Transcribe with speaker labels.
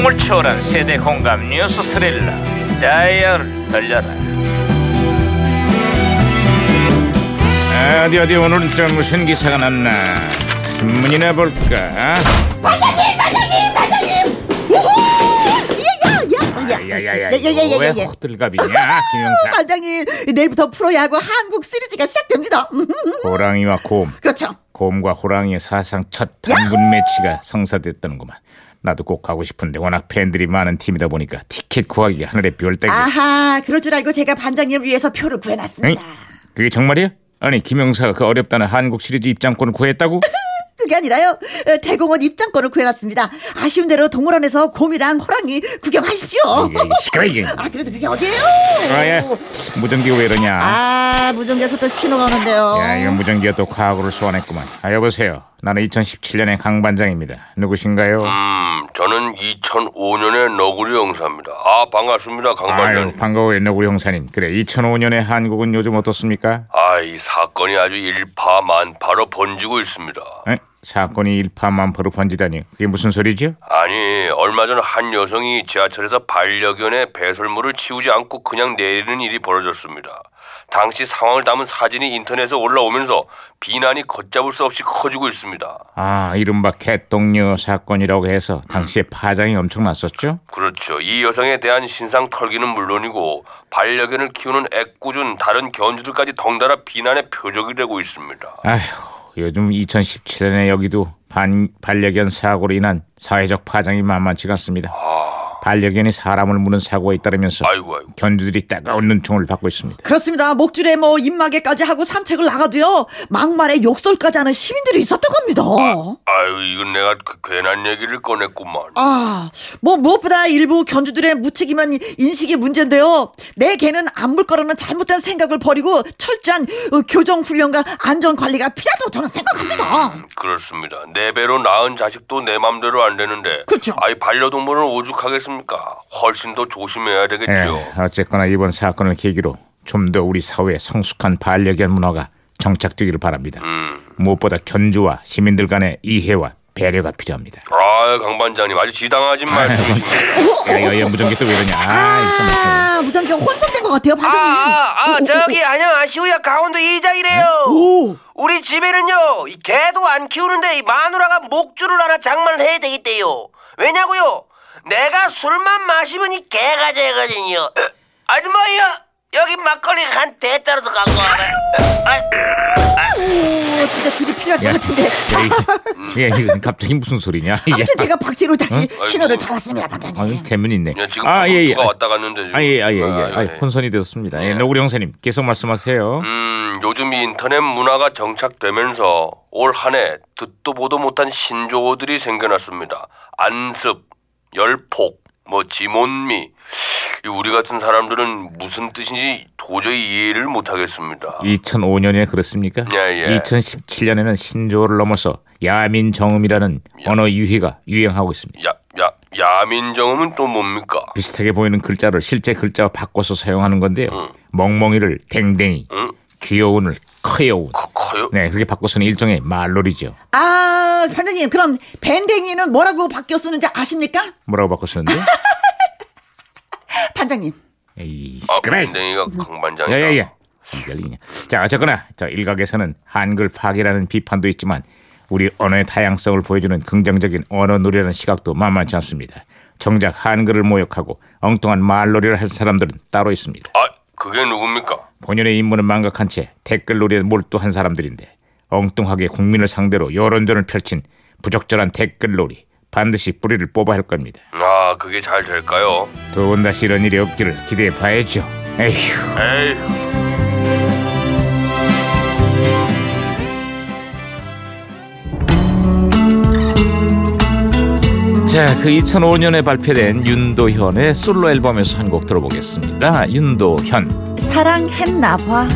Speaker 1: 몸을 초월한 세대 공감 뉴스 스릴러 다이얼 돌려라
Speaker 2: 어디 어디 오늘은 또 무슨 기사가 났나 신문이나 볼까 야야야 아, 왜
Speaker 3: 야야야야야야야야.
Speaker 2: 호들갑이냐 김영사
Speaker 3: 반장님 내일부터 프로야구 한국 시리즈가 시작됩니다. 음, 음,
Speaker 2: 아.
Speaker 3: 음.
Speaker 2: 호랑이와 곰
Speaker 3: 그렇죠.
Speaker 2: 곰과 호랑이의 사상 첫 단군 매치가 성사됐다는구만 나도 꼭 가고 싶은데 워낙 팬들이 많은 팀이다 보니까 티켓 구하기가 하늘의 별따기
Speaker 3: 아하 그럴 줄 알고 제가 반장님을 위해서 표를 구해놨습니다.
Speaker 2: 그게 정말이야? 아니 김영사가 그 어렵다는 한국 시리즈 입장권을 구했다고?
Speaker 3: 그게 아니라요 에, 대공원 입장권을 구해놨습니다. 아쉬운 대로 동물원에서 곰이랑 호랑이 구경하십시오.
Speaker 2: 이게 시끄러 이게
Speaker 3: 아 그래서 그게 어디예요?
Speaker 2: 아야 무전기 왜 이러냐
Speaker 3: 아 무전기에서 또 신호가 오는데요.
Speaker 2: 야 이거 무전기가 또 과거를 소환했구만 아 여보세요 나는 2017년의 강반장입니다 누구신가요?
Speaker 4: 음, 저는 2005년의 너구리 형사입니다. 아, 반갑습니다,
Speaker 2: 아유
Speaker 4: 강반장님.
Speaker 2: 반가워요 너구리 형사님 그래 2005년의 한국은 요즘 어떻습니까?
Speaker 4: 아, 이 사건이 아주 일파만파로 번지고 있습니다.
Speaker 2: 에? 사건이 일파만파로 번지다니 그게 무슨 소리죠?
Speaker 4: 아니, 얼마 전 한 여성이 지하철에서 반려견의 배설물을 치우지 않고 그냥 내리는 일이 벌어졌습니다. 당시 상황을 담은 사진이 인터넷에 올라오면서 비난이 걷잡을 수 없이 커지고 있습니다.
Speaker 2: 아 이른바 개똥녀 사건이라고 해서 당시에 파장이 엄청났었죠?
Speaker 4: 그렇죠. 이 여성에 대한 신상 털기는 물론이고 반려견을 키우는 애꿎은 다른 견주들까지 덩달아 비난의 표적이 되고 있습니다.
Speaker 2: 아휴 요즘 2017년에 여기도 반, 반려견 사고로 인한 사회적 파장이 만만치가 않습니다 반려견이 사람을 무는 사고가 잇따르면서
Speaker 4: 아. 아이고 아이고.
Speaker 2: 견주들이 따가운 눈총을 받고 있습니다.
Speaker 3: 네. 그렇습니다. 목줄에 뭐 입마개까지 하고 산책을 나가도요. 막말에 욕설까지 하는 시민들이 있었던 겁니다.
Speaker 4: 아유 이건 내가 그- 괜한 얘기를 꺼냈구만.
Speaker 3: 아, 뭐 무엇보다 일부 견주들의 무책임한 인식이 문제인데요. 내 개는 안 물 거라는 잘못된 생각을 버리고 철저한 어, 교정 훈련과 안전 관리가 필요하다고 저는 생각합니다.
Speaker 4: 그렇습니다. 내 배로 낳은 자식도 내 맘대로 안 되는데.
Speaker 3: 그렇죠.
Speaker 4: 아이 반려동물은 오죽하겠습니까? 훨씬 더 조심해야 되겠죠.
Speaker 2: 예, 어쨌거나 이번 사건을 계기로 좀 더 우리 사회에 성숙한 반려견 문화가 정착되기를 바랍니다.
Speaker 4: 음.
Speaker 2: 무엇보다 견주와 시민들 간의 이해와 배려가 필요합니다.
Speaker 4: 아, 강 반장님 아주 지당하신 말씀이십니다.
Speaker 2: 야, 야, 야, 예, 무전기 또 왜 이러냐? 아, 이거 무슨-
Speaker 3: 아, 무장기가 혼선된 것 같아요, 반장님.
Speaker 4: 저기 안녕하시오야 강원도 이장이래요.
Speaker 2: 네?
Speaker 3: 오,
Speaker 4: 우리 집에는요 이 개도 안 키우는데 이 마누라가 목줄을 하나 장만을 해야 되겠대요 왜냐고요 내가 술만 마시면 이 개가 되거든요 으, 아줌마야 여기 막걸리가 한 대따라도 갖고 와라
Speaker 2: 아, 예,
Speaker 3: 오, 진짜 줄이 필요할 것 같은데.
Speaker 2: 야, 예, 이게, 야, 이거 갑자기 무슨 소리냐? 이게
Speaker 3: 아무튼 제가 박제로 다시 신호를
Speaker 4: 아이고.
Speaker 3: 잡았습니다,
Speaker 2: 예. 아,
Speaker 3: 반장님.
Speaker 2: 재문 있네.
Speaker 4: 지금
Speaker 2: 아, 예, 예.
Speaker 4: 누가 왔다 갔는데 지금
Speaker 2: 아, 예, 아, 예, 예.
Speaker 4: 아,
Speaker 2: 아,
Speaker 4: 예.
Speaker 2: 혼선이 되었습니다. 예, 노구리 형사님, 계속 말씀하세요.
Speaker 4: 음, 요즘 이 인터넷 문화가 정착되면서 올 한 해 듣도 보도 못한 신조어들이 생겨났습니다. 안습, 열폭, 뭐 지몬미. 이 우리 같은 사람들은 무슨 뜻인지 도저히 이해를 못하겠습니다.
Speaker 2: 2005년에 그렇습니까?
Speaker 4: 예, 예.
Speaker 2: 2017년에는 신조어를 넘어서 야민 정음이라는 언어 유희가 유행하고 있습니다.
Speaker 4: 야, 야, 야민정음은 또 뭡니까?
Speaker 2: 비슷하게 보이는 글자를 실제 글자와 바꿔서 사용하는 건데요.
Speaker 4: 음.
Speaker 2: 멍멍이를 댕댕이,
Speaker 4: 응?
Speaker 2: 귀여운을 커여운.
Speaker 4: 커, 커요?
Speaker 2: 네, 그렇게 바꿔서는 일종의 말놀이죠.
Speaker 3: 아, 반장님, 그럼 밴댕이는 뭐라고 바뀌어 쓰는지 아십니까?
Speaker 2: 뭐라고 바꿨었는데?
Speaker 3: 반장님.
Speaker 2: 에이,
Speaker 4: 아,
Speaker 2: 시끄러.
Speaker 4: 밴댕이가 강반장이다.
Speaker 2: 야야야. 아, 이걸리냐. 자, 어쨌거나 저 일각에서는 한글 파괴라는 비판도 있지만 우리 언어의 다양성을 보여주는 긍정적인 언어 놀이라는 시각도 만만치 않습니다. 정작 한글을 모욕하고 엉뚱한 말놀이를 한 사람들은 따로 있습니다.
Speaker 4: 아, 그게 누굽니까?
Speaker 2: 본연의 임무는 망각한 채 댓글 놀이에 몰두한 사람들인데 엉뚱하게 국민을 상대로 여론전을 펼친 부적절한 댓글 놀이 반드시 뿌리를 뽑아야 할 겁니다.
Speaker 4: 아, 그게 잘 될까요?
Speaker 2: 두 번 다시 이런 일이 없기를 기대해 봐야죠. 에휴.
Speaker 4: 에이.
Speaker 2: 자, 그 2005년에 발표된 윤도현의 솔로 앨범에서 한 곡 들어보겠습니다. 윤도현.
Speaker 3: 사랑했나 봐.